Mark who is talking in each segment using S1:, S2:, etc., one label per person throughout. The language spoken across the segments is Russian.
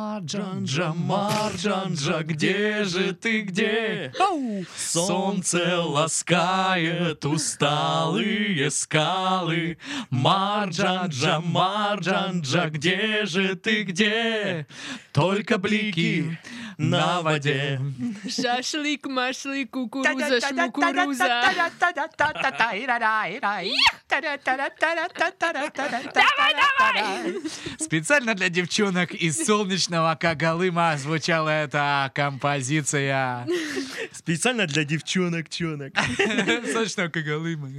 S1: Марджанджа, Марджанджа, где же ты, где? Солнце ласкает усталые скалы. Марджанджа, Марджанджа, где же ты, где? Только блики на воде.
S2: Шашлык, машлык, кукуруза, шмукуруза.
S3: Специально для девчонок из солнечного Кагалыма звучала эта композиция.
S1: Специально для девчонок, чонок.
S3: Солнечного Кагалыма.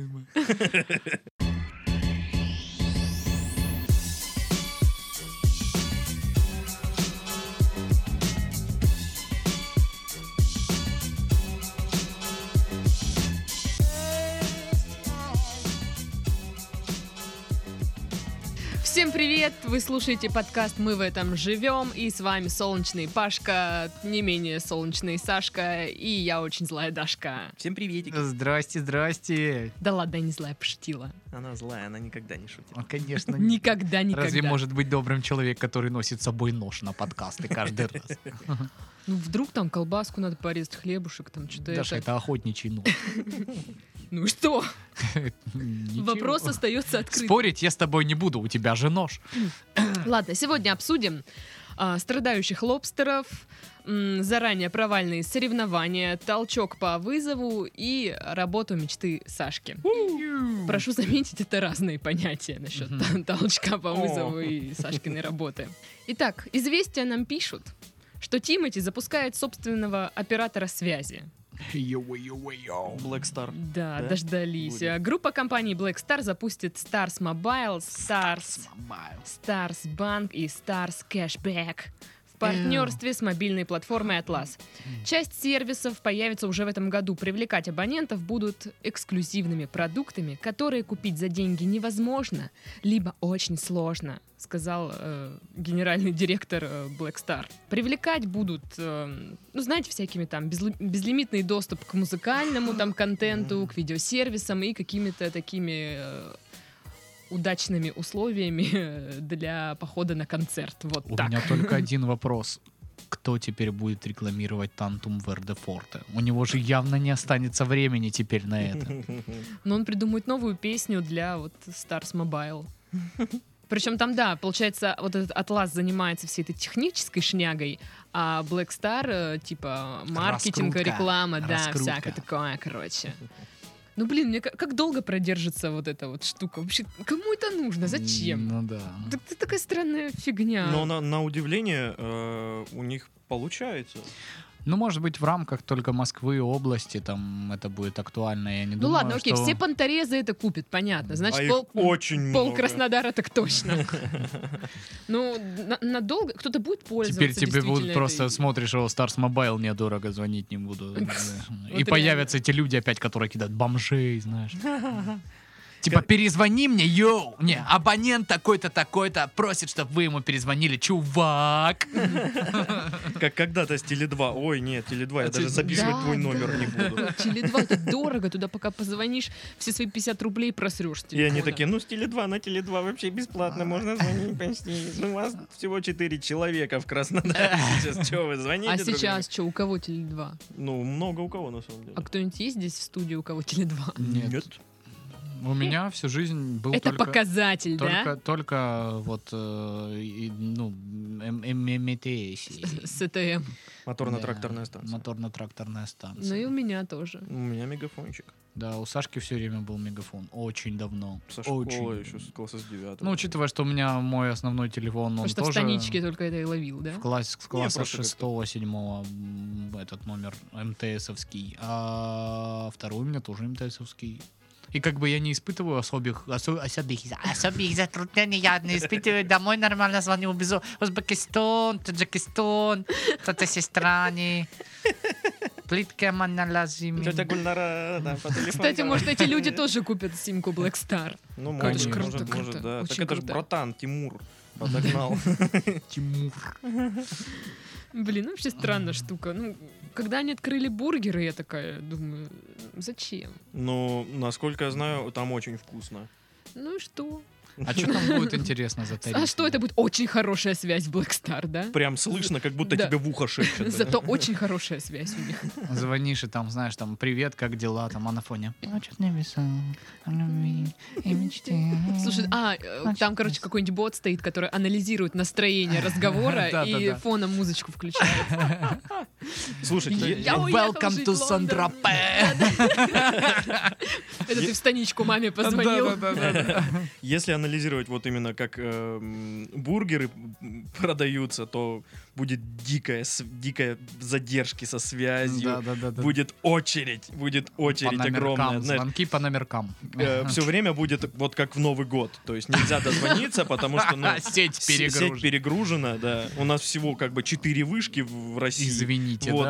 S2: Всем привет! Вы слушаете подкаст «Мы в этом живем» и с вами солнечный Пашка, не менее солнечный Сашка и я очень злая Дашка.
S1: Всем приветики.
S3: Здрасте, здрасте.
S2: Да ладно, я не злая, пошутила.
S1: Она злая, она никогда не шутит.
S3: А, Конечно.
S2: Никогда, никогда.
S3: Разве может быть добрым человек, который носит с собой нож на подкасты каждый раз?
S2: Ну вдруг там колбаску надо порезать, хлебушек, там что-то
S3: Даша,
S2: это.
S3: это охотничий нож.
S2: Ну и что?
S3: Ничего.
S2: Вопрос остается открытым.
S3: Спорить я с тобой не буду, у тебя же нож.
S2: Ладно, сегодня обсудим а, страдающих лобстеров, м, заранее провальные соревнования, толчок по вызову и работу мечты Сашки. Прошу заметить, это разные понятия насчет
S3: Мгм.
S2: толчка по
S1: О.
S2: вызову и Сашкиной работы. Итак, известия нам пишут, что Тимати запускает собственного оператора связи.
S3: Йо-йо-йо.
S1: Black Star.
S2: Да,
S1: Да?
S2: дождались.
S1: Будет.
S2: А, Группа компаний Black Star запустит Stars Mobile, Stars,
S3: Мобайл.
S2: Stars Bank и Stars Cashback в партнерстве с мобильной платформой Atlas. Часть сервисов появится уже в этом году. Привлекать абонентов будут эксклюзивными продуктами, которые купить за деньги невозможно, либо очень сложно, сказал э, генеральный директор э, Black Star. Привлекать будут, э, ну, знаете, всякими там безли- безлимитный доступ к музыкальному там контенту, к видеосервисам и какими-то такими э, удачными условиями э, для похода на концерт. Вот
S3: У
S2: так.
S3: меня только один вопрос. Кто теперь будет рекламировать Тантум Вердефорте? У него же явно не останется времени теперь на это.
S2: Но он придумает новую песню для вот Stars Mobile. Причем там, да, получается, вот этот Атлас занимается всей этой технической шнягой, а Black Star, э, типа, маркетинг,
S3: Раскрутка,
S2: реклама, да,
S3: раскрутка.
S2: всякое такое, короче. Ну, блин, мне как, как долго продержится вот эта вот штука? Вообще, кому это нужно? Зачем?
S3: Ну да.
S2: Так- Это такая странная фигня.
S1: Но на, на удивление э, у них получается.
S3: Ну, может быть, в рамках только Москвы и области там это будет актуально, я не
S2: ну
S3: думаю.
S2: ладно, окей,
S3: что-
S2: все панторезы это купят, понятно.
S1: а
S2: Значит, пол-
S1: их очень
S2: Пол
S1: много.
S2: Краснодара так точно. Ну, на- надолго кто-то будет
S3: Теперь
S2: пользоваться.
S3: тебе будут
S2: действительно
S3: просто,
S2: этой-
S3: смотришь его Stars Mobile, мне дорого звонить не буду. И
S2: реально.
S3: появятся эти люди опять, которые кидают бомжей, знаешь. Типа, перезвони мне, йоу, не, абонент такой-то, такой-то просит, чтобы вы ему перезвонили, чувак.
S1: Как когда-то с Теле2. Ой, нет, Теле2, я
S3: А
S1: даже
S3: ты-
S1: записывать
S2: Да,
S1: твой
S2: да.
S1: номер не буду.
S2: Теле два, это дорого, туда пока позвонишь, все свои 50 рублей просрешь.
S1: И они такие, ну с Теле2 на Теле2 вообще
S2: А.
S1: бесплатно, можно звонить почти. Ну, у вас всего 4 человека в Краснодаре сейчас. Чего вы звоните?
S2: А
S1: друг другу?
S2: сейчас что, у кого теле 2?
S1: Ну, много у кого на самом деле.
S2: А кто-нибудь есть здесь в студии, у кого теле 2?
S3: Нет. У меня всю жизнь был
S2: Это
S3: Ну, только...
S2: показатель,
S3: Только,
S2: да?
S3: только вот, э, и, ну, м- м- ММТС.
S2: С ЭТМ.
S1: Моторно-тракторная
S3: эм, Да,
S1: станция.
S3: Моторно-тракторная станция.
S2: Ну и у меня тоже.
S1: У меня мегафончик.
S3: Да, у Сашки все время был мегафон. Очень давно.
S1: Со школы
S3: Очень.
S1: еще, с класса с 9
S3: Ну, учитывая, что у меня мой основной телефон, он
S2: Потому что в
S3: тоже...
S2: станичке только это и ловил, да?
S3: В классе, с класса
S1: просто как-то.
S3: шестого, седьмого м, этот номер МТСовский, а второй у меня тоже МТСовский. И как бы я не испытываю особых, осо- особых, особых затруднений, я не испытываю. Домой нормально звоню, без у- Узбекистан, Таджикистан, Татарстане. Плитка маналазим.
S1: Тетя Гульнара, да, по телефону.
S2: Кстати, может, эти люди тоже купят симку Black Star.
S1: Ну,
S3: Это ж
S1: может,
S3: круто,
S1: может,
S2: круто,
S1: может, да. Так
S2: очень
S1: это же
S2: круто.
S1: братан Тимур подогнал.
S3: Тимур.
S2: Блин, ну вообще странная штука. Ну, когда они открыли бургеры, я такая думаю, зачем?
S1: Но, насколько я знаю, там очень вкусно.
S2: Ну и что?
S3: А что там будет интересно за тариф?
S2: А что это будет? Очень хорошая связь в Black Star, да?
S1: Прям слышно, как будто
S2: Да.
S1: тебе в ухо шепчет. да.
S2: Зато очень хорошая связь у них.
S3: Звонишь и там, знаешь, там, привет, как дела, там, а на фоне. Ну, что ты написал? О любви и мечте.
S2: Слушай, а, э,
S3: Значит,
S2: там, короче,
S3: есть.
S2: какой-нибудь бот стоит, который анализирует настроение разговора и
S3: Да-да-да.
S2: фоном музычку включает.
S1: Слушайте,
S2: Я-
S1: е-
S2: я уехал
S3: Welcome
S2: жить
S3: to
S2: в Лондон.
S3: Сан-Тропе.
S2: Это ты в станичку маме позвонил.
S3: Да-да-да-да.
S1: если анализировать вот именно как эм, бургеры м, продаются, то будет дикая, с- дикая задержки со связью,
S3: Да-да-да-да.
S1: будет очередь, будет очередь
S3: По номеркам,
S1: огромная. знаешь. Э,
S3: Звонки по номеркам.
S1: все время будет вот как в Новый год. То есть нельзя дозвониться, потому что ну,
S3: Сеть
S1: с-
S3: перегружена.
S1: сеть перегружена, да. У нас всего как бы 4 вышки в в России.
S3: Извините,
S1: Вот,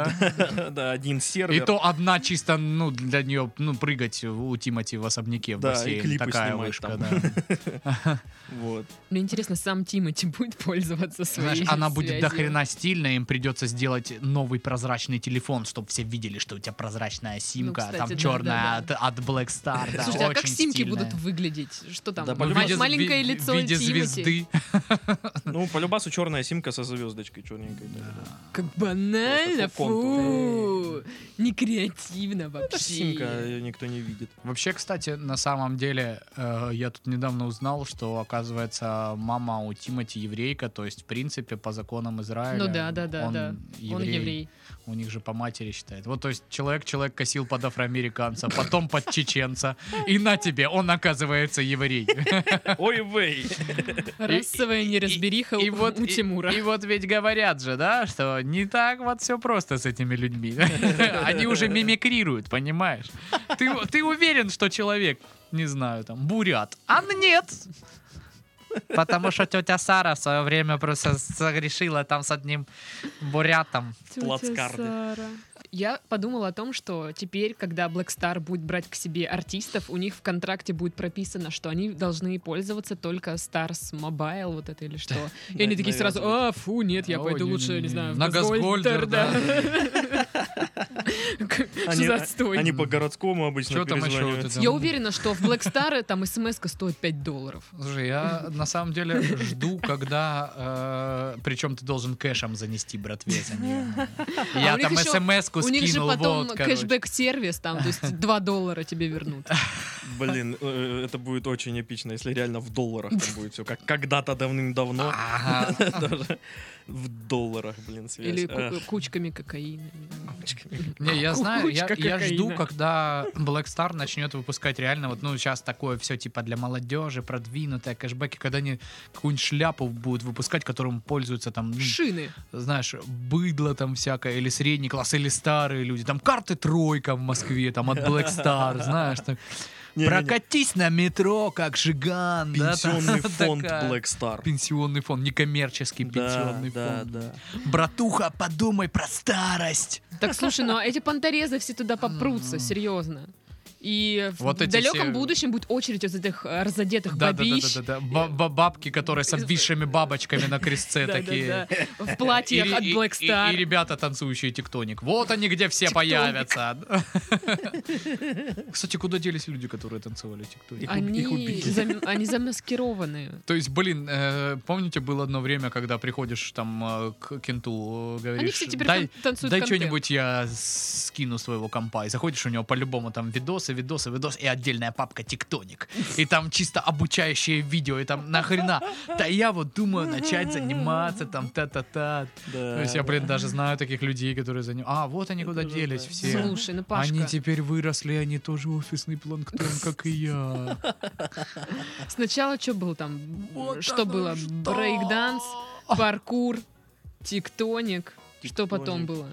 S3: да?
S1: да, один сервер.
S3: И то одна чисто, ну, для нее, ну, прыгать у Тимати в особняке в
S1: Да, и
S3: бассейн.
S1: клипы
S3: Такая
S1: снимать
S3: вышка,
S1: там.
S3: да.
S1: Вот.
S2: Мне интересно, сам Тимати будет пользоваться своей
S3: Знаешь, она будет
S2: связью?
S3: до хрена стильная, им придется сделать новый прозрачный телефон, чтобы все видели, что у тебя прозрачная симка,
S2: Ну, кстати,
S3: там
S2: да, да,
S3: черная от, от Black Star. да,
S2: Слушайте, а как
S3: очень
S2: симки
S3: стильная.
S2: будут выглядеть? Что там?
S1: Да,
S3: Ну, в
S1: по-любому.
S2: Ма-
S3: виде-
S2: Маленькое
S3: в-
S2: лицо
S3: в виде
S2: Тимати?
S3: звезды.
S1: Ну, по любасу черная симка со звездочкой черненькой. да.
S2: Как банально,
S1: Просто по контуру.
S2: фу! Не креативно вообще.
S1: Это симка, ее никто не видит.
S3: Вообще, кстати, на самом деле, э, я тут недавно узнал, что, оказывается, мама у Тимати еврейка, то есть, в принципе, по законам Израиля.
S2: Ну да, да, да,
S3: он
S2: да. Он еврей.
S3: У них же по матери считает. Вот, то есть, человек-человек косил под афроамериканца, потом под чеченца, и на тебе, он оказывается еврей.
S1: Ой, вей!
S2: Расовая неразбериха
S3: И
S2: у,
S3: вот-
S2: у
S3: и-
S2: Тимура.
S3: И вот ведь говорят же, да, что не так вот все просто с этими людьми. Они уже мимикрируют, понимаешь? Ты, ты уверен, что человек, не знаю, там, бурят? А нет! Потому что тетя Сара в свое время просто согрешила там с одним бурятом.
S2: Тётя
S1: плацкарды.
S2: Сара. Я подумала о том, что теперь, когда Black Star будет брать к себе артистов, у них в контракте будет прописано, что они должны пользоваться только Stars Mobile, вот это или что. И они
S1: Нав-
S2: такие сразу,
S1: навязывают.
S2: а, фу, нет, я
S3: О,
S2: пойду
S3: не-не-не.
S2: лучше, не знаю, в
S3: На
S2: Газгольдер,
S3: Газгольдер,
S2: Что
S1: Они-
S2: за отстой?
S1: Они по городскому обычно
S3: Чё там ещё вот
S1: перезванивают.
S3: это?
S2: Я уверена, что в Black Star там смс стоит 5 долларов.
S3: Слушай, я на самом деле жду, когда... причем ты должен кэшем занести, братве, за нее.
S2: Я
S3: Я
S2: А у них там
S3: там
S2: ещё-
S3: смс-ку
S2: У них же
S3: скинул,
S2: потом
S3: вот,
S2: кэшбэк-сервис, там, то есть 2 доллара тебе вернут.
S1: Блин, э, это будет очень эпично, если реально в долларах там будет все. Как когда-то давным-давно.
S3: Ага.
S1: Даже В долларах, блин, связь.
S2: Или ку-
S1: Ах,
S2: кучками кокаина.
S3: Не, я знаю, я,
S2: Кукучка
S3: я жду,
S2: кокаина.
S3: когда Black Star начнет выпускать реально вот, ну, сейчас такое все типа для молодежи, продвинутое, кэшбэки, когда они какую-нибудь шляпу будут выпускать, которым пользуются там, ну,
S2: Шины.
S3: знаешь, быдло там всякое, или средний класс, или старые люди, там карты тройка в Москве, там от Black Star, знаешь, так,
S1: не-не-не.
S3: прокатись на метро, как Жиган, да, там,
S1: Пенсионный фонд
S3: такая.
S1: Black Star.
S3: Пенсионный фонд, некоммерческий
S1: Да,
S3: пенсионный
S1: да,
S3: фонд.
S1: да.
S3: Братуха, подумай про старость.
S2: Так слушай, ну а эти понторезы все туда попрутся,
S3: М.
S2: серьезно. И в
S3: Вот эти
S2: далеком
S3: все-
S2: будущем будет очередь из этих э, разодетых
S3: Да, да, да,
S2: бабищ.
S3: да, да, Ба- ба- Бабки, которые с обвисшими бабочками на крестце такие.
S2: да. В
S3: И-
S2: платьях от
S3: и-
S2: Black
S3: и-
S2: Star.
S3: И ребята, танцующие тектоник. Вот они где все
S2: Тектоник.
S3: появятся. Кстати, куда делись люди, которые танцевали тектоник?
S1: Их уб-
S2: Они,
S1: их убили.
S2: зам- они замаскированы.
S3: То есть, блин, э, помните, было одно время, когда приходишь там э, к кенту, э,
S2: Они
S3: говоришь,
S2: все теперь
S3: дай,
S2: кон- танцуют
S3: дай
S2: контент.
S3: что-нибудь я скину своего компа. И заходишь, у него по-любому там видосы, видосы, видосы, и отдельная папка «Тектоник». И там чисто обучающее видео, и там нахрена. Да я вот думаю начать заниматься там та-та-та.
S1: Да, А
S3: То есть я,
S1: да.
S3: блин, даже знаю таких людей, которые занимаются. А, вот они
S1: Я
S3: куда
S1: тоже
S3: делись
S1: знаю.
S3: все.
S2: Слушай, ну Пашка,
S3: Они теперь выросли, они тоже офисный планктон, как и я.
S2: сначала что было там?
S3: Вот
S2: что
S3: оно
S2: было?
S3: что!
S2: Брейкданс, паркур, тиктоник. Что
S1: Тиктоник.
S2: потом было?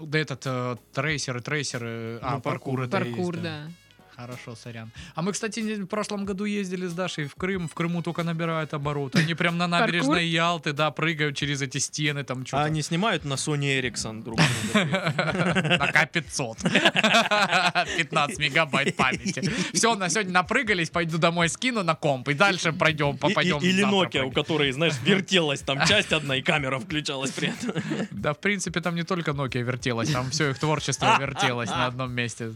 S3: Да этот э, трейсеры, трейсеры, а,
S1: Ну,
S3: паркур,
S1: паркур.
S3: это
S2: Паркур,
S3: есть,
S2: да.
S3: Хорошо, сорян. А мы, кстати, не- в прошлом году ездили с Дашей в Крым. В Крыму только набирают обороты. Они прям на
S2: Паркур?
S3: набережной Ялты, да, прыгают через эти стены, там
S1: А
S3: что-то.
S1: они снимают на Sony Ericsson друг друга.
S3: На К-500. 15 мегабайт памяти. Все, на сегодня напрыгались, пойду домой скину на комп, и дальше пройдем,
S1: И- и-
S3: попадем.
S1: Или
S3: завтра
S1: Nokia, у
S3: прыгать.
S1: которой, знаешь, вертелась там часть одна, и камера включалась при этом.
S3: Да, в принципе, там не только Nokia вертелась, там все их творчество вертелось на одном месте.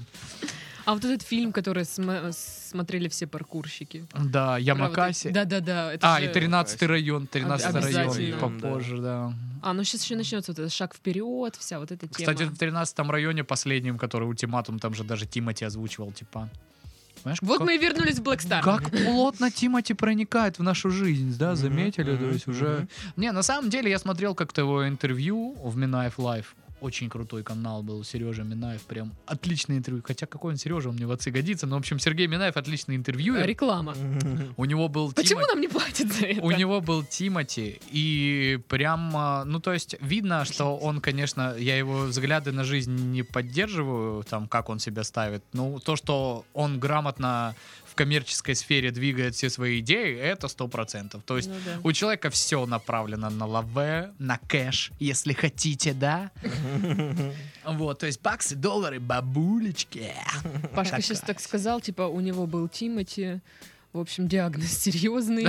S2: А вот этот фильм, который см- смотрели все паркурщики.
S3: Да,
S2: Про вот
S3: Ямакаси.
S2: эти- Да-да-да. это
S3: А,
S2: же-
S3: и 13 район, 13 район
S2: Обязательно.
S3: попозже, да.
S2: А, ну сейчас еще начнется вот этот шаг вперед, вся вот эта тема.
S3: Кстати, в 13 районе последнем, который ультиматум, там же даже Тимати озвучивал, типа. Понимаешь,
S2: вот
S3: как,
S2: мы и вернулись в Black Star.
S3: как плотно Тимати проникает в нашу жизнь, да,
S1: Мгм,
S3: заметили, то
S1: мгм,
S3: есть уже... Не, на самом деле я смотрел как-то его интервью в Минаев Лайф. Очень крутой канал был, Сережа Минаев, прям отличное интервью. Хотя какой он Сережа, он мне в отцы годится, но, в общем, Сергей Минаев отличный интервью.
S2: Реклама.
S1: Мгм.
S3: У него был
S2: Почему
S3: Тимати-
S2: нам не платят за это?
S3: у него был Тимати, и прям, а, ну, то есть, видно, что он, конечно, я его взгляды на жизнь не поддерживаю, там, как он себя ставит, ну, то, что он грамотно в коммерческой сфере двигает все свои идеи, это сто процентов. То есть,
S2: Ну да.
S3: у человека все направлено на лаве, на кэш, если хотите, да? Вот, то есть баксы, доллары, бабулечки.
S2: Пашка сейчас так сказал, типа у него был Тимати, в общем, диагноз серьезный.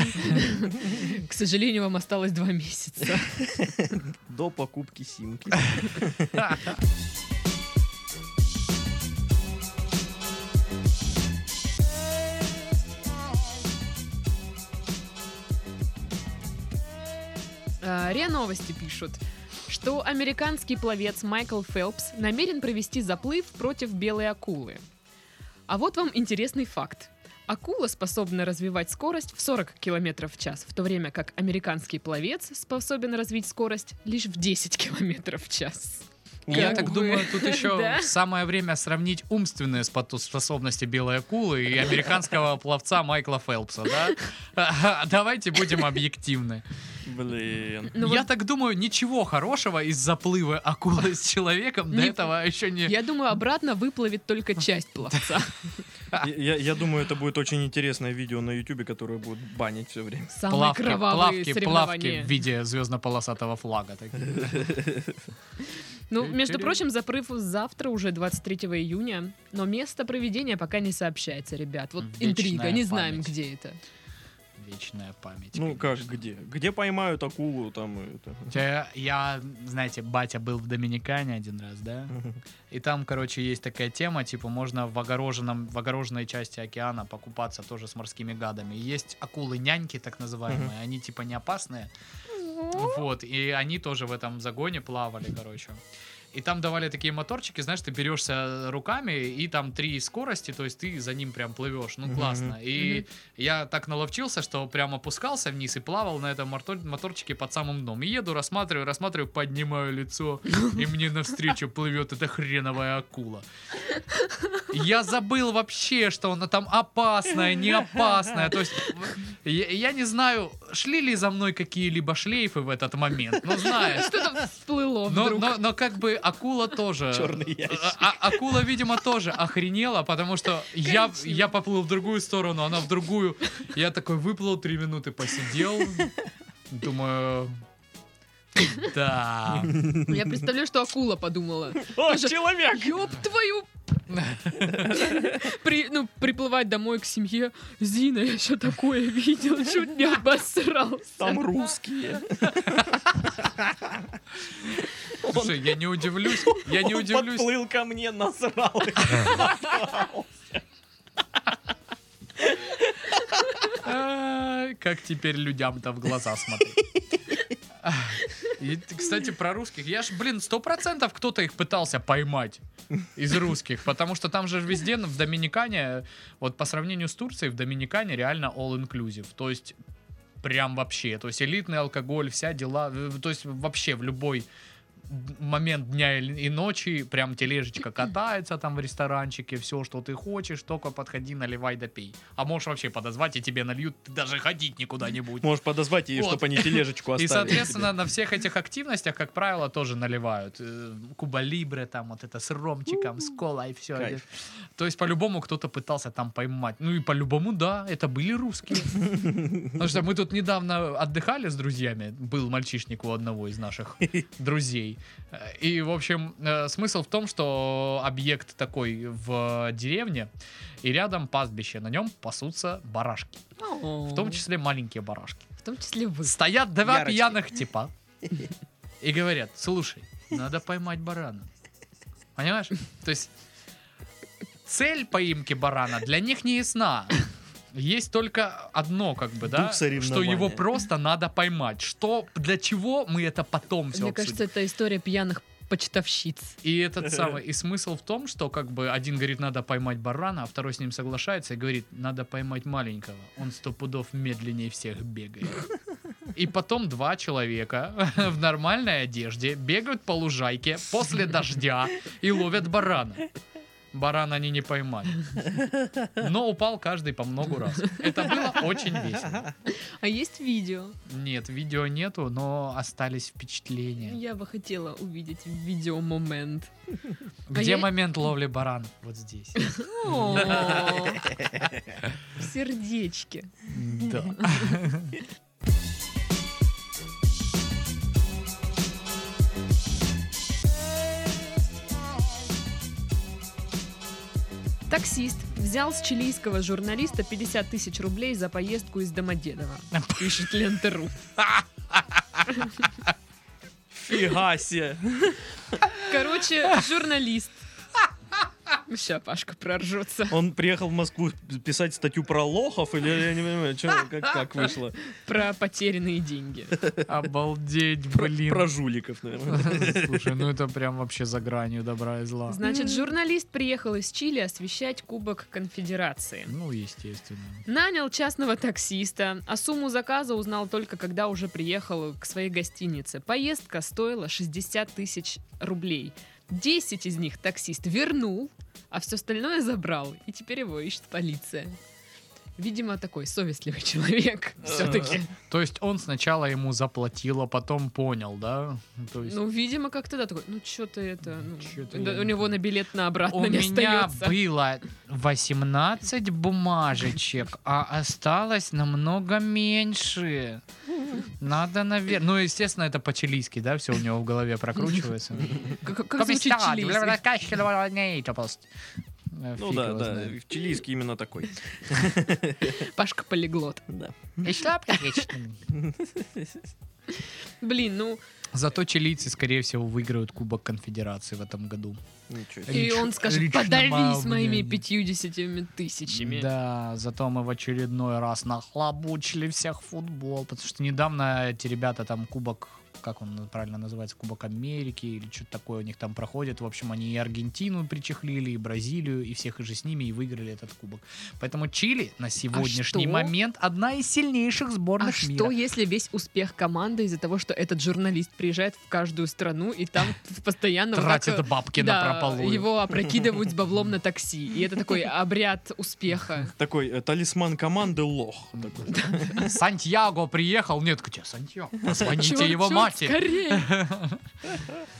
S2: К сожалению, вам осталось два месяца.
S1: До покупки симки.
S2: А, РИА Новости пишут, что американский пловец Майкл Фелпс намерен провести заплыв против белой акулы. А вот вам интересный факт. Акула способна развивать скорость в 40 км в час, в то время как американский пловец способен развить скорость лишь в 10 км в час.
S3: Я
S2: Как
S3: так
S2: бы.
S3: думаю, тут еще
S2: Да. самое
S3: самое время сравнить умственные споту- способности белой акулы и американского пловца Майкла Фелпса, да? Ага, Давайте будем объективны.
S1: Блин.
S2: Ну
S3: Я
S2: вот
S3: так думаю, ничего хорошего из заплыва акулы с человеком до
S2: Не-
S3: этого еще не...
S2: Я думаю, обратно выплывет только часть пловца.
S1: Я- Я я думаю, это будет очень интересное видео на Ютубе, которое будут банить все время.
S2: Самые
S3: Плавки,
S2: кровавые
S3: плавки, плавки
S2: соревнования.
S3: в виде звездно-полосатого флага. такие.
S2: Ну, между
S3: Тю-тю-рю.
S2: прочим, запрыв завтра уже 23 июня, но место проведения пока не сообщается, ребят. Вот
S3: Вечная
S2: интрига, не знаем,
S3: память.
S2: где это.
S3: Вечная память.
S1: Ну как,
S3: конечно.
S1: где? Где поймают акулу там? и это.
S3: Хотя Я, знаете, батя был в Доминикане один раз, да? И там, короче, есть такая тема, типа, можно в огороженном, в огороженной части океана покупаться тоже с морскими гадами. И Есть акулы-няньки, так называемые, они, типа, не опасные. Вот, и они тоже в этом загоне плавали, короче. И там давали такие моторчики, знаешь, ты берешься руками, и там три скорости, то есть ты за ним прям плывешь. Ну,
S1: Мгм.
S3: классно. И
S2: Мгм.
S3: я так наловчился, что прям опускался вниз и плавал на этом мотор- моторчике под самым дном. И еду, рассматриваю, рассматриваю, поднимаю лицо, и мне навстречу плывет эта хреновая акула. Я забыл вообще, что она там опасная, не опасная. То есть я, я не знаю, шли ли за мной какие-либо шлейфы в этот момент. Ну, знаешь.
S2: Что-то всплыло
S3: Но,
S2: вдруг.
S3: но- но как бы акула тоже...
S1: Чёрный ящик.
S3: А- а- акула, видимо, тоже охренела, потому что я,
S2: Коричневый.
S3: я поплыл в другую сторону, она в другую. Я такой выплыл, три минуты посидел. Думаю... Да.
S2: Я представляю, что акула подумала.
S1: О,
S2: Тоже-
S1: человек!
S2: Ёб твою! При- ну, приплывать домой к семье. Зина, я еще такое видел, чуть не обосрался.
S1: Там русские.
S3: Слушай, я не удивлюсь. Я не
S1: Он
S3: удивлюсь.
S1: подплыл ко мне, насрал.
S3: Ай, Как теперь людям-то в глаза смотреть? Ах, И, т- кстати, про русских. Я ж, блин, сто процентов кто-то их пытался поймать из русских, потому что там же везде в Доминикане, вот по сравнению с Турцией, в Доминикане реально all-inclusive, то есть прям вообще, то есть элитный алкоголь, вся дела, э, то есть вообще в любой момент дня или- и ночи прям тележечка катается там в ресторанчике, все, что ты хочешь, только подходи, наливай да пей. А можешь вообще подозвать, и тебе нальют, ты даже ходить никуда не будешь.
S1: Можешь подозвать ее,
S3: Вот.
S1: чтобы они тележечку
S3: И,
S1: оставили.
S3: соответственно, на всех этих активностях, как правило, тоже наливают. Э, Куба Либре, там вот это с ромчиком, с колой, все.
S1: Кайф.
S3: То есть, по-любому, кто-то пытался там поймать. Ну и по-любому, да, это были русские. Потому что мы тут недавно отдыхали с друзьями. Был мальчишник у одного из наших друзей. Э, И, в общем, э, смысл в том, что объект такой в деревне, и рядом пастбище, на нем пасутся барашки. В том числе маленькие барашки.
S2: В том числе вы.
S3: Стоят два
S1: Ярочки.
S3: пьяных типа и говорят, слушай, надо поймать барана. Понимаешь? То есть цель поимки барана для них не ясна. Есть только одно, как бы, да,
S1: Дух
S3: что
S1: соревнования.
S3: его просто надо поймать. Что, для чего мы это потом все
S2: Мне кажется, это история пьяных почтовщиц.
S3: И этот самый, и смысл в том, что как бы один говорит, надо поймать барана, а второй с ним соглашается и говорит, надо поймать маленького. Он сто пудов медленнее всех бегает. И потом два человека в нормальной одежде бегают по лужайке после дождя и ловят барана. Барана они не поймали. Но упал каждый по много раз. Это было очень весело.
S2: А есть видео?
S3: Нет, видео нету, но остались впечатления.
S2: Я бы хотела увидеть видеомомент.
S3: Где
S2: я-
S3: момент ловли баранов? Вот здесь.
S2: О, Сердечки.
S3: Да.
S2: Таксист взял с чилийского журналиста 50 тысяч рублей за поездку из Домодедова. Пишет Лентеру.
S1: Фига себе.
S2: Короче, журналист. Сейчас Пашка проржется.
S1: Он приехал в Москву писать статью про лохов, или я не понимаю, чё, как, как вышло?
S2: Про потерянные деньги.
S3: Обалдеть,
S1: Про,
S3: блин.
S1: про жуликов, наверное.
S3: Слушай, ну это прям вообще за гранью добра и зла.
S2: Значит, журналист приехал из Чили освещать Кубок Конфедерации.
S3: Ну, естественно.
S2: Нанял частного таксиста, а сумму заказа узнал только, когда уже приехал к своей гостинице. Поездка стоила 60 тысяч рублей. 10 из них таксист вернул, а все остальное забрал. И теперь его ищет полиция. Видимо, такой совестливый человек все-таки.
S3: А, То есть он сначала ему заплатил, а потом понял, да? То есть
S2: Ну, видимо, как-то да, такой, ну, что ты это... ну,
S3: Чё-то
S2: да,
S3: я
S2: у
S3: не
S2: него на билет на обратно
S3: у
S2: не
S3: меня
S2: остается.
S3: было 18 бумажечек, а осталось намного меньше. Надо, наверное... Ну, естественно, это по-чилийски, да? Все у него в голове прокручивается.
S2: Как, как звучит чилийский?
S1: Ну да, да, в чилийский именно такой.
S2: Пашка полиглот.
S1: Да.
S2: Блин, ну,
S3: Зато чилийцы, скорее всего, выиграют Кубок Конфедерации в этом году.
S1: Ничего себе.
S2: И
S3: Лич-
S2: он скажет,
S3: лично мое
S2: подавись моими
S3: мнение.
S2: 50 тысячами.
S3: Да, зато мы в очередной раз нахлобучили всех в футбол, потому что недавно эти ребята там Кубок как он правильно называется, Кубок Америки или что-то такое у них там проходит. В общем, они и Аргентину причехлили, и Бразилию, и всех и же с ними, и выиграли этот кубок. Поэтому Чили на сегодняшний
S2: А что?
S3: момент одна из сильнейших
S2: А
S3: сборных мира.
S2: что, если весь успех команды из-за того, что этот журналист приезжает в каждую страну и там постоянно вот ну, так, э,
S3: Тратят бабки
S2: да,
S3: на прополую.
S2: его опрокидывают с баблом на такси. И это такой обряд успеха.
S1: Такой э, талисман команды лох. такой.
S3: Сантьяго приехал. Нет, где Сантьяго? Позвоните
S2: Чёрт,
S3: его
S2: чёрт,
S3: матери.
S2: скорее.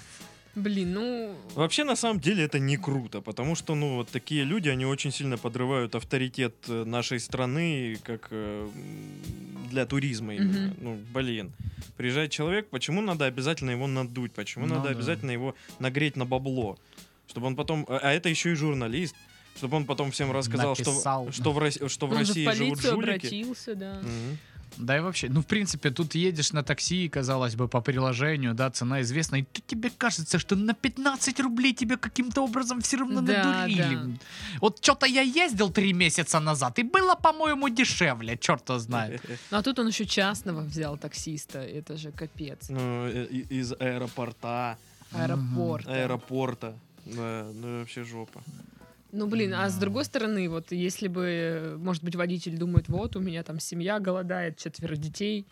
S2: Блин, ну...
S1: Вообще, на самом деле, это не круто, потому что, ну, вот такие люди, они очень сильно подрывают авторитет э, нашей страны, как э, м, для туризма именно.
S2: Мгм.
S1: Ну, блин. Приезжает человек, почему надо обязательно его надуть? Почему
S3: Ну
S1: надо
S3: да.
S1: обязательно его нагреть на бабло? Чтобы он потом... А а это еще и журналист. Чтобы он потом всем рассказал, что,
S3: Написал.
S1: что в, Рос- что в
S2: Он же в
S1: России живут
S2: полицию
S1: жулики.
S2: обратился, да.
S1: Мгм.
S3: Да и вообще, ну в принципе, тут едешь на такси, и, казалось бы, по приложению, да, цена известна, и тут тебе кажется, что на 15 рублей тебе каким-то образом все равно
S2: Да,
S3: надурили.
S2: да.
S3: Вот что-то я ездил три месяца назад, и было, по-моему, дешевле, черт его знает.
S2: Ну, а тут он еще частного взял таксиста. Это же капец.
S1: Ну, э, и- из аэропорта,
S2: Аэропорт.
S1: аэропорта. Да, ну вообще жопа.
S2: Ну, блин, а с другой стороны, вот если бы, может быть, водитель думает, вот, у меня там семья голодает, четверо детей,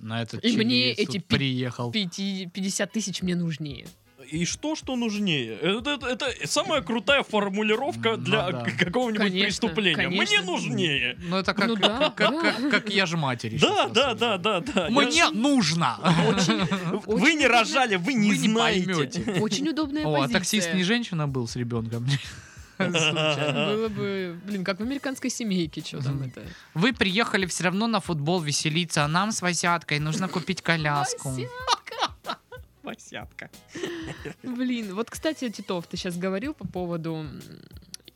S3: На этот
S2: И
S3: чилиец
S2: мне
S3: тут
S2: эти пи-
S3: приехал.
S2: пяти- 50 тысяч мне нужнее.
S1: И что, что нужнее? Это, это- это самая крутая
S3: Ну
S1: формулировка для
S3: да.
S1: к- какого-нибудь
S2: Конечно,
S1: преступления.
S2: конечно.
S1: Мне нужнее.
S3: Ну это как,
S2: Ну да,
S3: как,
S2: да.
S3: как- как я же матери.
S1: Да,
S3: сейчас
S1: да,
S3: рассказываю.
S1: да, да, да.
S3: Мне нужно. а
S1: Вы не рожали, вы не
S3: Вы не
S1: знаете.
S3: поймете.
S2: Очень удобная
S3: О, а
S2: позиция.
S3: таксист не женщина был с ребенком.
S2: Было бы, блин, как в американской семейке, что там
S3: Мгм.
S2: это.
S3: Вы приехали все равно на футбол веселиться, а нам с Васяткой нужно купить коляску.
S1: Восятка.
S2: Блин, вот, кстати, Титов, ты сейчас говорил по поводу м,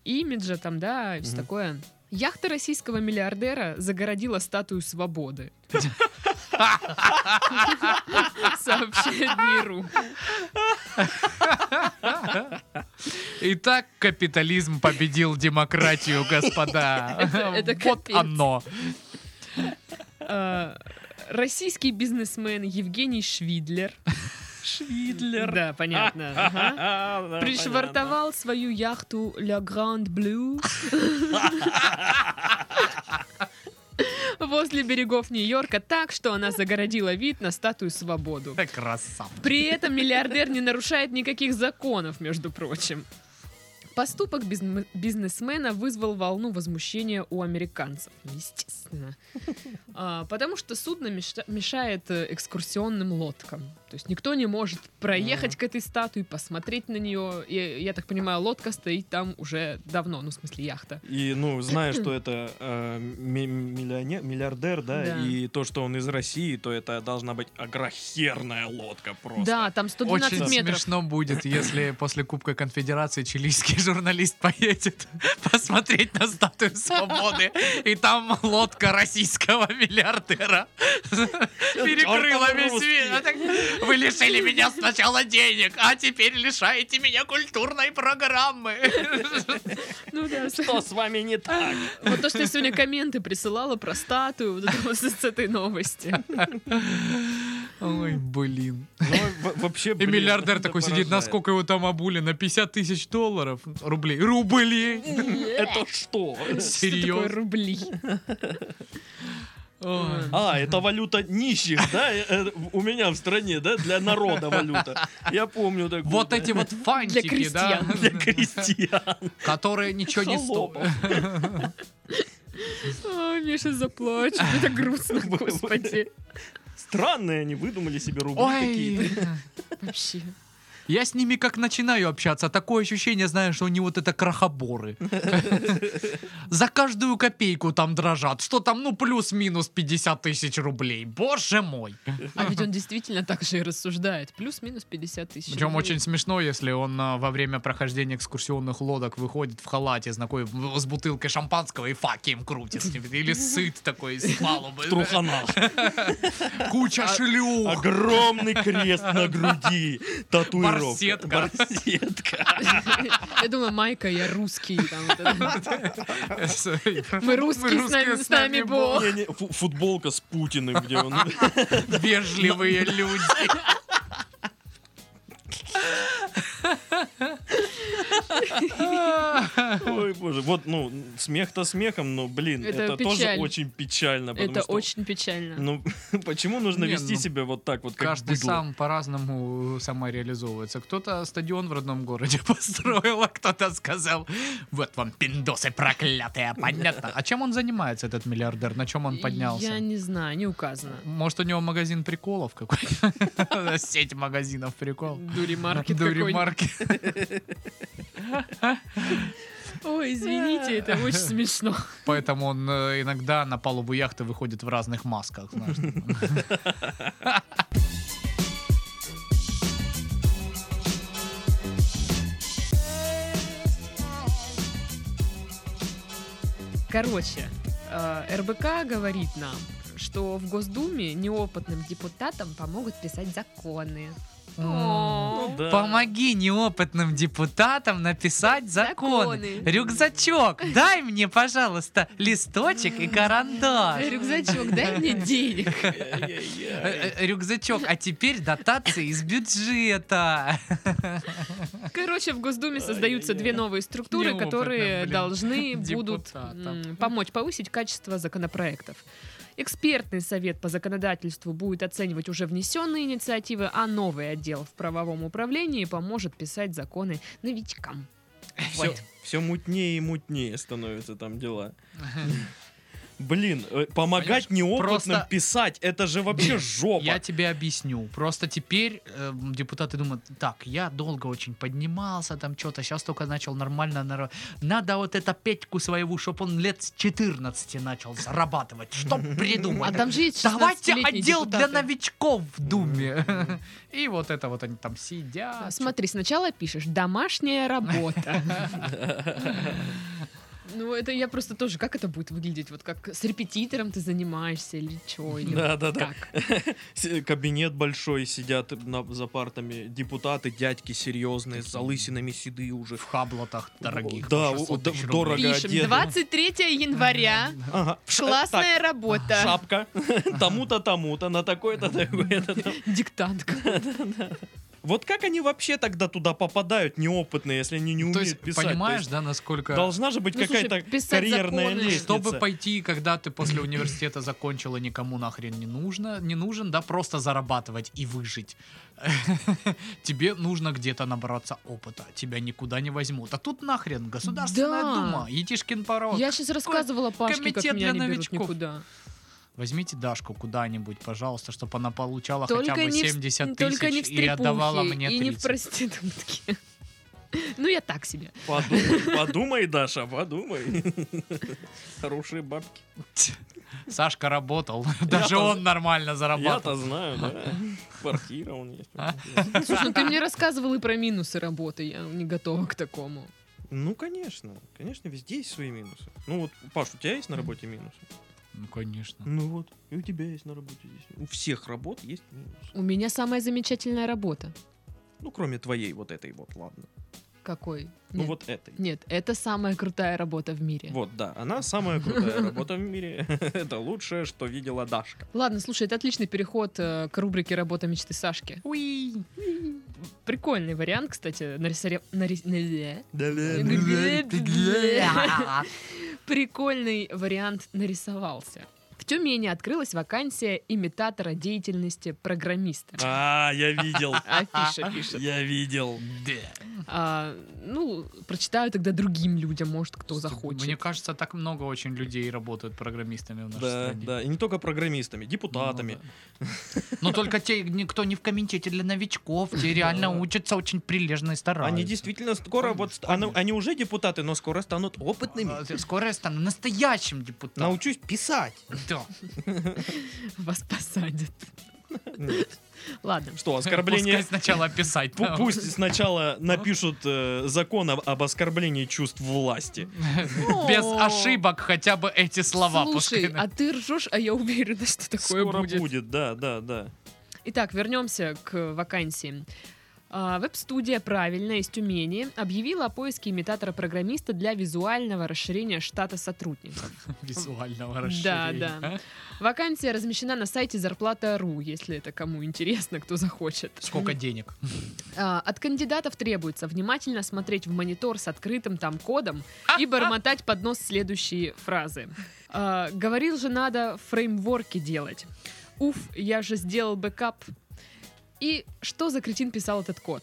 S2: имиджа там, да, и все
S1: Мгм.
S2: такое. Яхта российского миллиардера загородила статую свободы. Сообщает миру.
S3: Итак, капитализм победил демократию, господа.
S2: Это- это
S3: вот
S2: капец.
S3: оно.
S2: Э, Российский бизнесмен Евгений Швидлер.
S1: Швидлер.
S2: Да, понятно.
S1: Да,
S2: ага.
S1: понятно.
S2: А? Пришвартовал свою яхту La Grande Blue возле берегов Нью-Йорка так, что она загородила вид на статую свободу.
S3: Это красава.
S2: При этом миллиардер не нарушает никаких законов, между прочим. Поступок бизн- бизнесмена вызвал волну возмущения у американцев, естественно. А, потому что судно мешта- мешает э, экскурсионным лодкам. То есть никто не может проехать к этой статуе, посмотреть на нее. И, я так понимаю, лодка стоит там уже давно, ну, в смысле, яхта.
S1: И, ну, зная, что это э, ми- миллионер, миллиардер, да,
S2: Да.
S1: и то, что он из России, то это должна быть агрохерная лодка просто.
S2: Да, там 112
S3: Очень
S2: метров.
S3: смешно будет, если после Кубка Конфедерации чилийский журналист поедет посмотреть на статую свободы, и там лодка российского миллиардера перекрыла
S1: Чёртовы
S3: весь
S1: русские.
S3: вид. Она так, Вы лишили меня сначала денег, а теперь лишаете меня культурной программы.
S2: Ну да,
S1: Что с вами не так?
S2: Вот то, что я сегодня комменты присылала про статую вот это вот с этой новости.
S3: Ой, блин.
S1: Ну, во- вообще,
S3: И
S1: блин,
S3: миллиардер
S1: это
S3: такой сидит,
S1: поражает.
S3: насколько его там обули, на 50 тысяч долларов, рублей, рублей.
S1: Это что?
S2: Что такое
S3: Серьезно.
S2: рубли?
S3: Ой.
S1: А, это валюта нищих, да? Э, э, У меня в стране, да? Для народа валюта. Я помню такую.
S3: Вот
S1: да.
S3: эти вот фантики, Типа, да,
S2: крестьян.
S1: Для крестьян.
S3: которые ничего не стоят.
S1: Холопов.
S2: Ой, Миша заплачет, это грустно,
S1: Б- б-
S2: господи.
S1: Странные они выдумали себе рубли
S3: Ой,
S1: какие-то.
S2: Вообще.
S3: я с ними как начинаю общаться, такое ощущение, знаешь, что они вот это крахоборы. За каждую копейку там дрожат, что там, ну, плюс-минус 50 тысяч рублей, боже мой.
S2: А ведь он действительно так же и рассуждает. Плюс-минус 50 тысяч.
S3: Причем
S2: рублей.
S3: очень смешно, если он а, во время прохождения экскурсионных лодок выходит в халате с, такой, с бутылкой шампанского и факи им крутит. Или сыт такой с палубы.
S1: В труханах.
S3: Куча шлюх.
S1: Огромный крест на груди. Татуировка.
S3: Барсетка.
S1: Барсетка.
S2: Я думаю, Майка, я русский. там вот это.
S3: А, Мы
S2: русские, с нами- с нами Бог.
S1: Не-не, фу- Футболка с Путиным, где он...
S3: Вежливые люди.
S1: Ой, боже. Вот, ну, смех-то смехом, но, блин,
S2: Это
S1: это тоже
S2: печаль.
S1: очень печально. потому
S2: Это
S1: что-
S2: очень печально.
S1: Ну, почему нужно
S3: Не,
S1: вести
S3: ну,
S1: себя вот так вот, как
S3: Каждый
S1: быдло?
S3: сам по-разному э, самореализовывается. Кто-то стадион в родном городе построил, а кто-то сказал, вот вам пиндосы проклятые, понятно. А чем он занимается, этот миллиардер? На чем он
S2: Я
S3: поднялся?
S2: не знаю, не указано.
S3: Может, у него магазин приколов какой-то? Сеть магазинов приколов.
S2: Дуримаркет
S3: Дури
S2: какой
S3: марки.
S2: Ой, извините, это очень смешно.
S3: Поэтому он э, иногда на палубу яхты выходит в разных масках. знаешь.
S2: Короче, э, РБК говорит нам, что в Госдуме неопытным депутатам помогут писать законы.
S1: Ну да.
S3: Помоги неопытным депутатам написать законы.
S2: Законы.
S3: Рюкзачок, дай мне, пожалуйста, листочек и карандаш.
S2: Рюкзачок, дай мне денег.
S3: Э, э, Рюкзачок, а теперь дотации из бюджета.
S2: Короче, в Госдуме создаются
S1: Ай-яй-яй.
S2: две новые структуры,
S3: Неопытным,
S2: которые
S3: блин,
S2: должны будут
S3: депутатам.
S2: м, помочь повысить качество законопроектов. Экспертный совет по законодательству будет оценивать уже внесенные инициативы, а новый отдел в правовом управлении поможет писать законы новичкам.
S1: Все, мутнее и мутнее становятся там дела. Блин, э, помогать неопытным
S3: просто-
S1: писать, это же вообще
S3: Я
S1: жопа.
S3: тебе объясню. Просто теперь эм, депутаты думают, так, я долго очень поднимался, там что-то, сейчас только начал нормально. нар- Надо вот это Петьку своего, чтоб он лет с 14 начал зарабатывать. Что
S2: А
S3: придумать?
S2: там же есть
S3: Давайте
S2: 16-летние
S3: отдел для
S2: депутаты.
S3: новичков в Думе. И вот это вот они там
S2: А,
S3: сидят.
S2: Смотри, сначала пишешь «домашняя работа», Ну, это я просто тоже, как это будет выглядеть? Вот как с репетитором ты занимаешься или что? Или
S1: Да, да, да.
S2: как?
S1: С- Кабинет большой, сидят на- за партами депутаты, дядьки серьезные, с залысинами седые уже.
S3: В хаблотах дорогих.
S1: Да,
S3: по 600
S1: у- да,
S3: тысяч
S1: дорого.
S3: рублей.
S2: Пишем,
S1: одеты.
S2: 23 января,
S1: Ага. в ша- так,
S2: классная работа,
S1: Шапка. Тому-то, тому-то, на такой-то, такой-то. там.
S2: диктантка.
S1: Вот как они вообще тогда туда попадают, неопытные, если они не
S3: Ну, То
S1: умеют
S3: есть,
S1: писать? То
S3: понимаешь,
S1: есть
S3: да, насколько...
S1: Должна же быть
S2: Ну, слушай,
S1: какая-то
S2: писать
S1: карьерная
S2: законы.
S1: лестница.
S3: Чтобы пойти, когда ты после университета закончил и никому нахрен не нужно, не нужен, да, просто зарабатывать и выжить. Тебе нужно где-то набраться опыта. Тебя никуда не возьмут. А тут нахрен Государственная
S2: Да.
S3: Дума, Етишкин порог.
S2: Я сейчас рассказывала Пашке, как
S3: Ну, комитет
S2: меня
S3: для
S2: не берут
S3: новичков.
S2: никуда.
S3: Возьмите Дашку куда-нибудь, пожалуйста, чтобы она получала хотя бы
S2: Только не, в-
S3: 70 тысяч
S2: только не в
S3: и отдавала
S2: стрипухе,
S3: мне
S2: и не в
S3: 30.
S2: проститутке. Ну, я так себе.
S1: Подумай, подумай, Даша, подумай. Хорошие бабки.
S3: Сашка работал. Даже
S1: Я-то-
S3: он нормально
S1: Я-то
S3: зарабатывал.
S1: знаю, да. Квартира у них.
S2: Слушай, ну ты мне рассказывал и про минусы работы, я не готова к такому.
S1: Ну, конечно. Конечно, везде есть свои минусы. Ну вот, Паш, у тебя есть на работе минусы?
S3: Ну, конечно.
S1: Ну вот, и у тебя есть на работе здесь. У всех работ есть минусы.
S2: У меня самая замечательная работа.
S1: Ну, кроме твоей вот этой вот, ладно.
S2: Какой? Нет,
S1: Ну вот этой.
S2: нет, это самая крутая работа в мире.
S1: Вот, да, она самая крутая работа в мире. Это лучшее, что видела Дашка.
S2: Ладно, слушай, это отличный переход э, к рубрике «Работа мечты Сашки».
S3: Уи.
S2: Прикольный вариант, кстати, нарисаре- нарис- нале-
S1: Да
S2: Прикольный вариант нарисовался. В Тюмени открылась вакансия имитатора деятельности программиста.
S1: А, я видел.
S2: Афиша пишет.
S1: Я видел.
S3: Да.
S2: А, ну, прочитаю тогда другим людям, может, кто
S3: Слушай, Мне
S2: захочет.
S3: кажется, так много очень людей работают программистами в нашей
S1: Да,
S3: стране.
S1: да. И не только программистами, депутатами.
S3: Ну, да. Но только те, никто не в комитете для новичков, те реально учатся очень прилежно и стараются.
S1: Они действительно скоро вот ст- оно- они уже депутаты, но скоро станут опытными.
S3: А, ты Скоро я стану настоящим депутатом.
S1: Научусь писать.
S3: Да.
S2: Вас посадят.
S1: Нет.
S2: Ладно.
S1: Что, оскорбление
S3: Пускай сначала писать.
S1: Пу- Пусть сначала
S2: Ну.
S1: напишут э, закон об- об оскорблении чувств власти.
S3: Без ошибок хотя бы эти слова.
S2: Слушай,
S3: пускай на-
S2: а ты ржешь, а я уверена, что такое
S1: Скоро
S2: будет.
S1: будет, да, да, да.
S2: Итак, вернемся к вакансии. А, Веб-студия «Правильно» из Тюмени объявила о поиске имитатора-программиста для визуального расширения штата сотрудников.
S3: Визуального расширения. а?
S2: да. Вакансия размещена на сайте зарплата.ру, если это кому интересно, кто захочет.
S3: Сколько денег?
S2: А, От кандидатов требуется внимательно смотреть в монитор с открытым там кодом и бормотать под нос следующие фразы. А, Говорил же, надо фреймворки делать. Уф, я же сделал бэкап. И что за кретин писал этот код?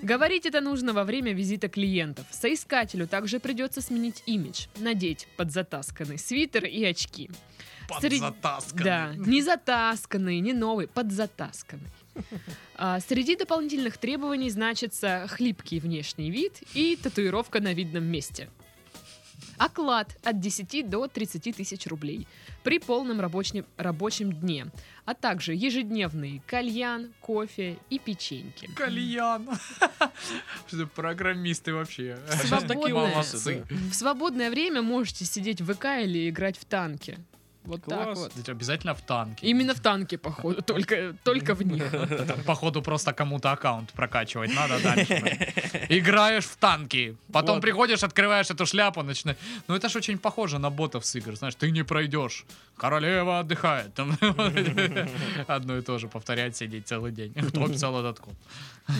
S2: Говорить это нужно во время визита клиентов. Соискателю также придется сменить имидж, надеть подзатасканный свитер и очки. Среди-
S3: Подзатасканный.
S2: Да, не затасканный, не новый, подзатасканный. А, среди дополнительных требований значится хлипкий внешний вид и татуировка на видном месте. Оклад от 10 до 30 тысяч рублей при полном рабочем, рабочем дне, а также ежедневный кальян, кофе и печеньки.
S3: Кальян. Что программисты вообще.
S1: щас такие
S3: молодцы.
S2: В свободное время можете сидеть в ВК или играть в танки. Вот так
S1: Класс.
S2: вот.
S3: Обязательно в танке.
S2: Именно в танки, походу, только, только в них.
S3: Там, Походу, просто кому-то аккаунт прокачивать надо дальше. блин. Играешь в танки. Потом
S1: Вот.
S3: приходишь, открываешь эту шляпу, начинаешь. Ну, это ж очень похоже на ботов с игр. Знаешь, ты не пройдешь. Королева отдыхает. Там Одно и то же повторять, сидеть целый день. Кто писал этот код?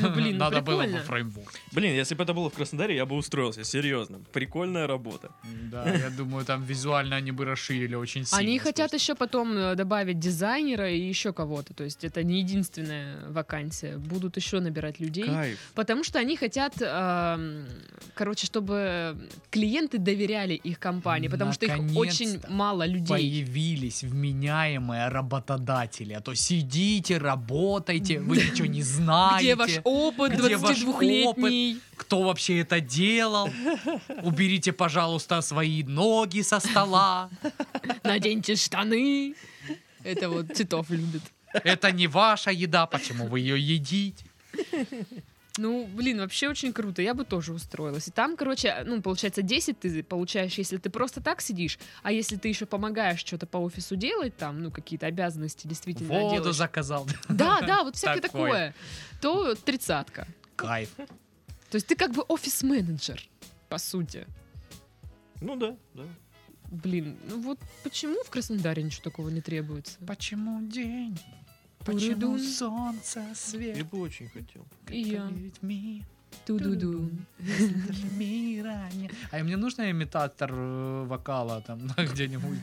S2: Ну, блин, ну,
S3: Надо было бы
S2: прикольно.
S3: фреймворк.
S1: Блин, если бы это было в Краснодаре, я бы устроился, серьезно. Прикольная работа.
S3: Да, я думаю, там визуально они бы расширили очень сильно.
S2: Они хотят еще потом э, добавить дизайнера и еще кого-то. То есть это не единственная вакансия. Будут еще набирать людей.
S1: Кайф.
S2: Потому что они хотят, эм, короче, чтобы клиенты доверяли их компании, потому что их очень
S3: Наконец-то.
S2: мало людей.
S3: появились вменяемые работодатели. А то сидите, работайте, вы ничего не знаете.
S2: Где ваш опыт
S3: Где ваш
S2: 22-летний?
S3: Кто вообще это делал? Уберите, пожалуйста, свои ноги со стола.
S2: Наденьте штаны. Это вот Титов любит.
S3: Это не ваша еда, почему вы ее едите?
S2: Ну, блин, вообще очень круто, я бы тоже устроилась. И там, короче, ну, получается, 10 ты получаешь, если ты просто так сидишь, а если ты еще помогаешь что-то по офису делать, там, ну, какие-то обязанности действительно
S3: Воду
S2: делаешь.
S3: заказал.
S2: Да, да, вот всякое такое.
S3: Такое.
S2: То тридцатка.
S3: Кайф.
S2: То есть ты как бы офис-менеджер, по сути.
S1: Ну да, да.
S2: Блин, ну вот почему в Краснодаре ничего такого не требуется?
S3: Почему день?
S2: Почему
S3: Почему солнце
S1: Я
S3: свет?
S1: бы очень хотел.
S2: И я.
S3: мир,
S2: Ту-ду-ду.
S3: А мне нужно имитатор э, вокала там где-нибудь?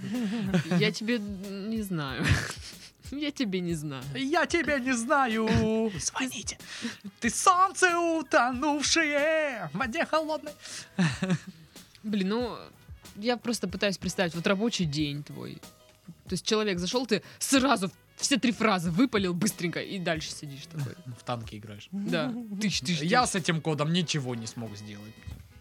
S2: Я тебе не знаю. Я тебе не знаю.
S3: Я тебя не знаю. Звоните. Ты солнце утонувшее в воде холодной.
S2: Блин, ну я просто пытаюсь представить, вот рабочий день твой. То есть человек зашел, ты сразу все три фразы выпалил быстренько и дальше сидишь такой.
S3: В танке играешь.
S2: Да. Тыщ, тыщ,
S3: Я
S2: тыщ.
S3: с этим кодом ничего не смог сделать.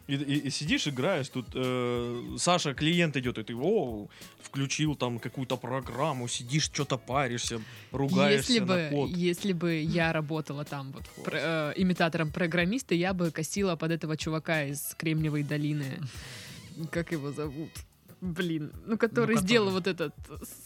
S1: И, и- и сидишь, играешь, тут э, Саша, клиент идет, и ты о, включил там какую-то программу, сидишь, что-то паришься, ругаешься
S2: Если
S1: на
S2: бы,
S1: код.
S2: если бы я работала там вот про- э, имитатором программиста, я бы косила под этого чувака из Кремниевой долины. Как его зовут? Блин, ну который,
S3: который-
S2: сделал вот этот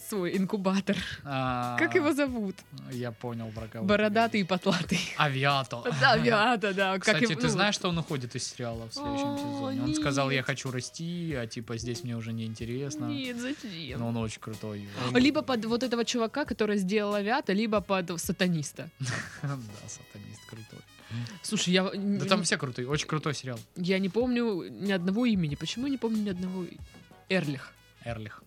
S2: свой инкубатор. Как его зовут?
S3: А, Я понял, про кого ты
S2: Бородатый и потлатый.
S3: говоришь. Авиатор.
S2: Да, авиата, да. как
S3: Кстати,
S2: его-
S3: ты
S2: ну,
S3: знаешь, что он уходит из сериала в следующем
S2: О,
S3: сезоне? Он сказал, я
S2: нет.
S3: хочу расти, а типа здесь мне уже не интересно. Ну,
S2: Нет, зачем?
S3: Но он очень крутой.
S1: А,
S2: Ну, Либо под вот этого чувака, который сделал авиата, либо под сатаниста.
S3: Да, сатанист крутой.
S2: Слушай, я,
S3: Да там все крутые, очень крутой сериал.
S2: я не помню ни одного имени. Почему я не помню ни одного и- Эрлих?
S3: Эрлих.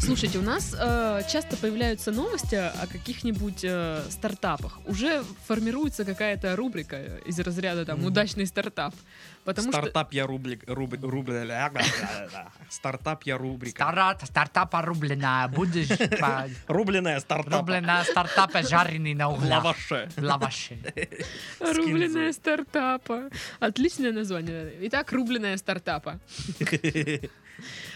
S2: Слушайте, у нас э, часто появляются новости о каких-нибудь э, стартапах. Уже формируется какая-то рубрика из разряда там
S1: Мгм.
S2: удачный стартап. Потому что
S1: Стартап я рубрик, рубрик, стартап я рубрика.
S3: Старат, стартапа рубленая, будешь
S1: Рубленая стартап.
S3: рубленая стартапа жареный на
S1: Лаваше.
S3: Лаваши.
S1: скинь
S2: рубленая
S1: назову.
S2: стартапа. Отличное название. Итак, рубленая стартапа.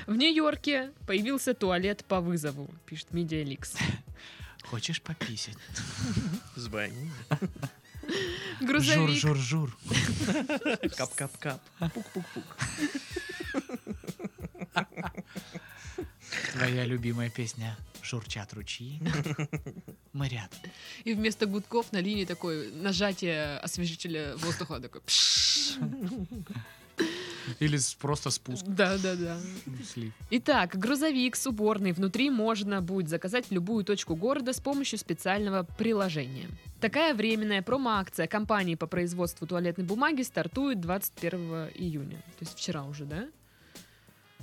S2: В Нью-Йорке появился туалет по вызову, пишет Медиаликс.
S3: Хочешь пописать?
S1: Звони.
S3: Жур,
S2: Грузовик,
S3: жур, жур.
S1: Кап-кап-кап. Пук-пук-пук.
S3: Твоя любимая песня «Журчат ручьи». Мы рядом.
S2: и вместо гудков на линии такое нажатие освежителя воздуха такой. пшш.
S3: Или с- просто спуск.
S2: Да, да, да.
S3: Слив.
S2: Итак, грузовик с уборной внутри можно будет заказать в любую точку города с помощью специального приложения. Такая временная промо-акция компании по производству туалетной бумаги стартует 21 июня. То есть вчера уже, да?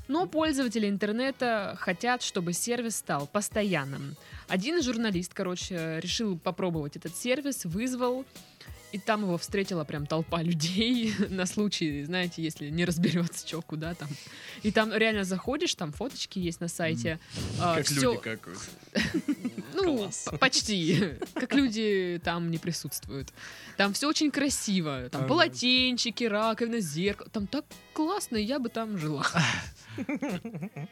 S2: Но пользователи интернета хотят, чтобы сервис стал постоянным. Один журналист, короче, решил попробовать этот сервис, вызвал, и там его встретила прям толпа людей на случай, знаете, если не разберется, что куда там. И там реально заходишь, там фоточки есть на сайте. а,
S1: Как
S2: всё-
S1: люди какают.
S2: ну,
S1: Класс.
S2: п- почти. Как люди там не присутствуют. Там все очень красиво. Там
S1: Ага.
S2: полотенчики, раковина, зеркало. Там так классно, я бы там жила.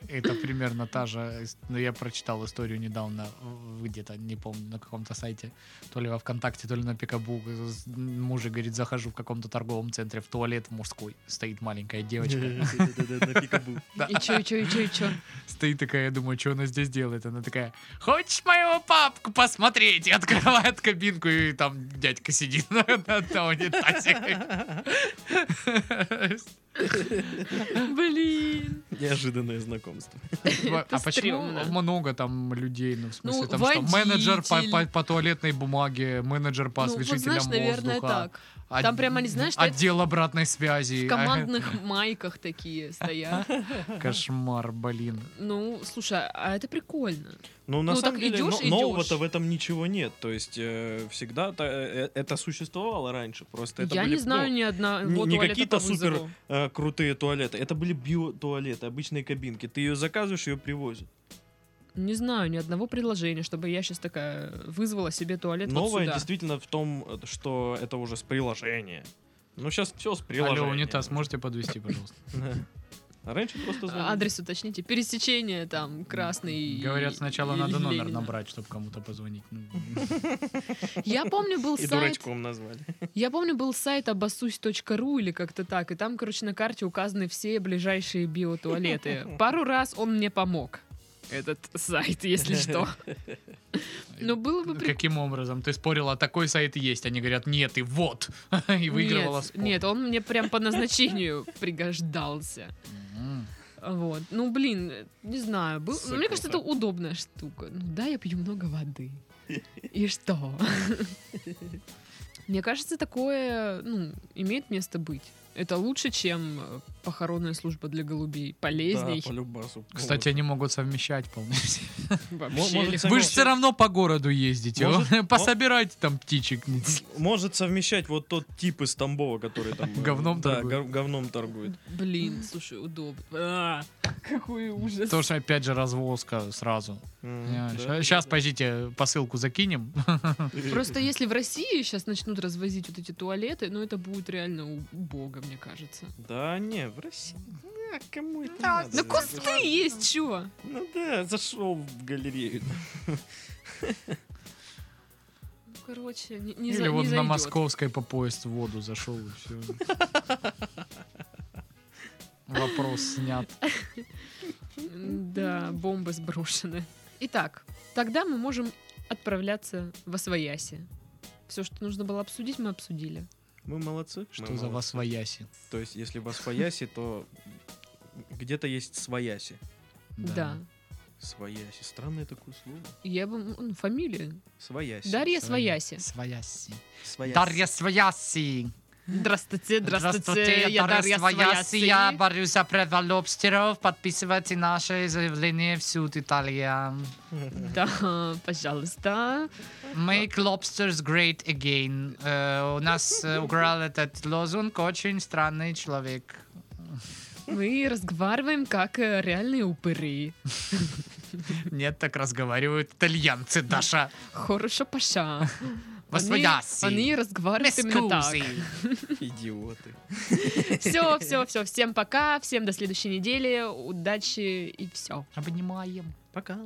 S3: Это примерно та же, ис- ну я прочитал историю недавно, в- где-то, не помню, на каком-то сайте, то ли во ВКонтакте, то ли на Пикабу, С- мужик говорит, захожу в каком-то торговом центре в туалет мужской, стоит маленькая девочка,
S1: Да-да-да, на пикабу.
S2: И чё, и чё, и чё, и чё.
S3: стоит такая, я думаю, что она здесь делает, она такая, хочешь мою папку посмотреть, и открывает кабинку, и там дядька сидит на, на, на унитазе.
S2: Блин. Ну,
S1: Неожиданное знакомство.
S3: А почему
S2: стрёмно.
S3: много там людей? Ну, в смысле,
S2: Ну,
S3: там что, менеджер по,
S2: водитель.
S3: по- по туалетной бумаге, менеджер по
S2: ну, вот
S3: освежителям
S2: знаешь, наверное,
S3: воздуха.
S2: так.
S3: от-
S2: Там прямо они, знаешь, стоят
S3: Отдел обратной связи.
S2: В командных майках такие стоят.
S3: Кошмар, блин.
S2: Ну, слушай, а это прикольно.
S1: Ну, на
S2: Ну,
S1: самом
S2: так
S1: деле,
S2: идёшь,
S1: но- нового-то
S2: идёшь.
S1: в этом ничего нет. То есть, э, всегда та- э, это существовало раньше. Просто это
S2: я
S1: были,
S2: не знаю
S1: ну,
S2: ни одного
S1: не- не
S2: туалета
S1: какие-то
S2: по вызову.
S1: супер- э, крутые туалеты. Это были биотуалеты, обычные кабинки. Ты ее заказываешь, ее привозят.
S2: Не знаю ни одного предложения, чтобы я сейчас такая вызвала себе туалет вот
S1: Новое
S2: сюда.
S1: действительно в том, э, что это уже с приложения. Ну, сейчас все с приложения.
S3: Алло, унитаз, можете подвести, пожалуйста?
S1: Да. А раньше просто звонили.
S2: Адрес уточните. Пересечение там красный.
S3: Говорят,
S2: и-
S3: сначала
S2: и
S3: надо номер
S2: Ленина.
S3: набрать, чтобы кому-то позвонить. Ну,
S2: Я помню, был
S1: И
S2: сайт.
S1: дурачком назвали.
S2: Я помню, был сайт обосусь.ру или как-то так, и там, короче, на карте указаны все ближайшие биотуалеты. Пару раз он мне помог, этот сайт, если что. Но Ну, было бы прикольно.
S3: Каким образом? Ты спорила, а такой сайт есть. Они говорят, нет, и вот. И выигрывала
S2: нет,
S3: спор.
S2: нет, он мне прям по назначению пригождался.
S3: М.
S2: Вот. Ну, блин, э, не знаю. был-
S1: Сука,
S2: Мне кажется, это
S1: вот
S2: удобная штука. Ну да, я пью много воды. И что? Мне кажется, такое ну, имеет место быть. Это лучше, чем э, похоронная служба для голубей. Полезней.
S1: Да, по любасу.
S3: Кстати, они могут совмещать полностью.
S1: Мо-
S2: Вообще.
S3: Вы
S1: может,
S2: легко.
S3: же
S1: Совмещать.
S3: все равно по городу ездите.
S1: Может,
S3: Пособирайте Пособирайте там птичек.
S1: Может совмещать вот тот тип из Тамбова, который там... э,
S3: Говном
S1: да,
S3: торгует.
S1: гов- говном торгует.
S2: Блин, слушай, удобно. А, Какой ужас.
S3: Тоже, опять же, развозка сразу. Сейчас, подождите, посылку закинем.
S1: Э,
S2: Просто если в России сейчас начнут развозить вот эти туалеты, ну это будет реально у- убого, мне кажется.
S1: Да, не, в России. А, кому это надо?
S2: Да ну, кусты есть, чего?
S1: Ну да, зашел в галерею.
S2: Ну, короче, не, не, за-
S3: Или
S2: не
S3: вот на
S2: зайдёт.
S3: Московской по поезд в воду зашел и все. Вопрос снят.
S2: Да, бомбы сброшены. Итак, тогда мы можем отправляться в Освояси. Все, что нужно было обсудить, мы обсудили.
S1: Мы молодцы.
S3: Что
S1: мы
S3: за
S1: молодцы.
S3: вас вояси?
S1: То есть, если вас пояси, то где-то есть свояси.
S2: Да.
S1: Свояси. Странное такое слово.
S2: Я бы... м, ну, фамилия.
S1: Свояси.
S2: Дарья Свояси.
S3: Свояси.
S1: Свояси.
S3: Свояси.
S2: Здравствуйте, здравствуйте, я Дарья Свояси.
S3: Я борюсь за права лобстеров. Подписывайте наше заявление в суд Италия.
S2: Да, пожалуйста.
S3: Make lobsters great again. Э, у нас э, украл этот лозунг очень странный человек.
S2: Мы разговариваем как э, реальные упыри.
S3: Нет, так разговаривают итальянцы, Даша.
S2: Хорошо, Паша.
S3: Во
S2: Они,
S3: свояси.
S2: они разговаривают именно так.
S3: Мескузи.
S1: Идиоты.
S2: Все, все, все. Всем пока, всем до следующей недели. Удачи и все.
S3: Обнимаем.
S1: Пока.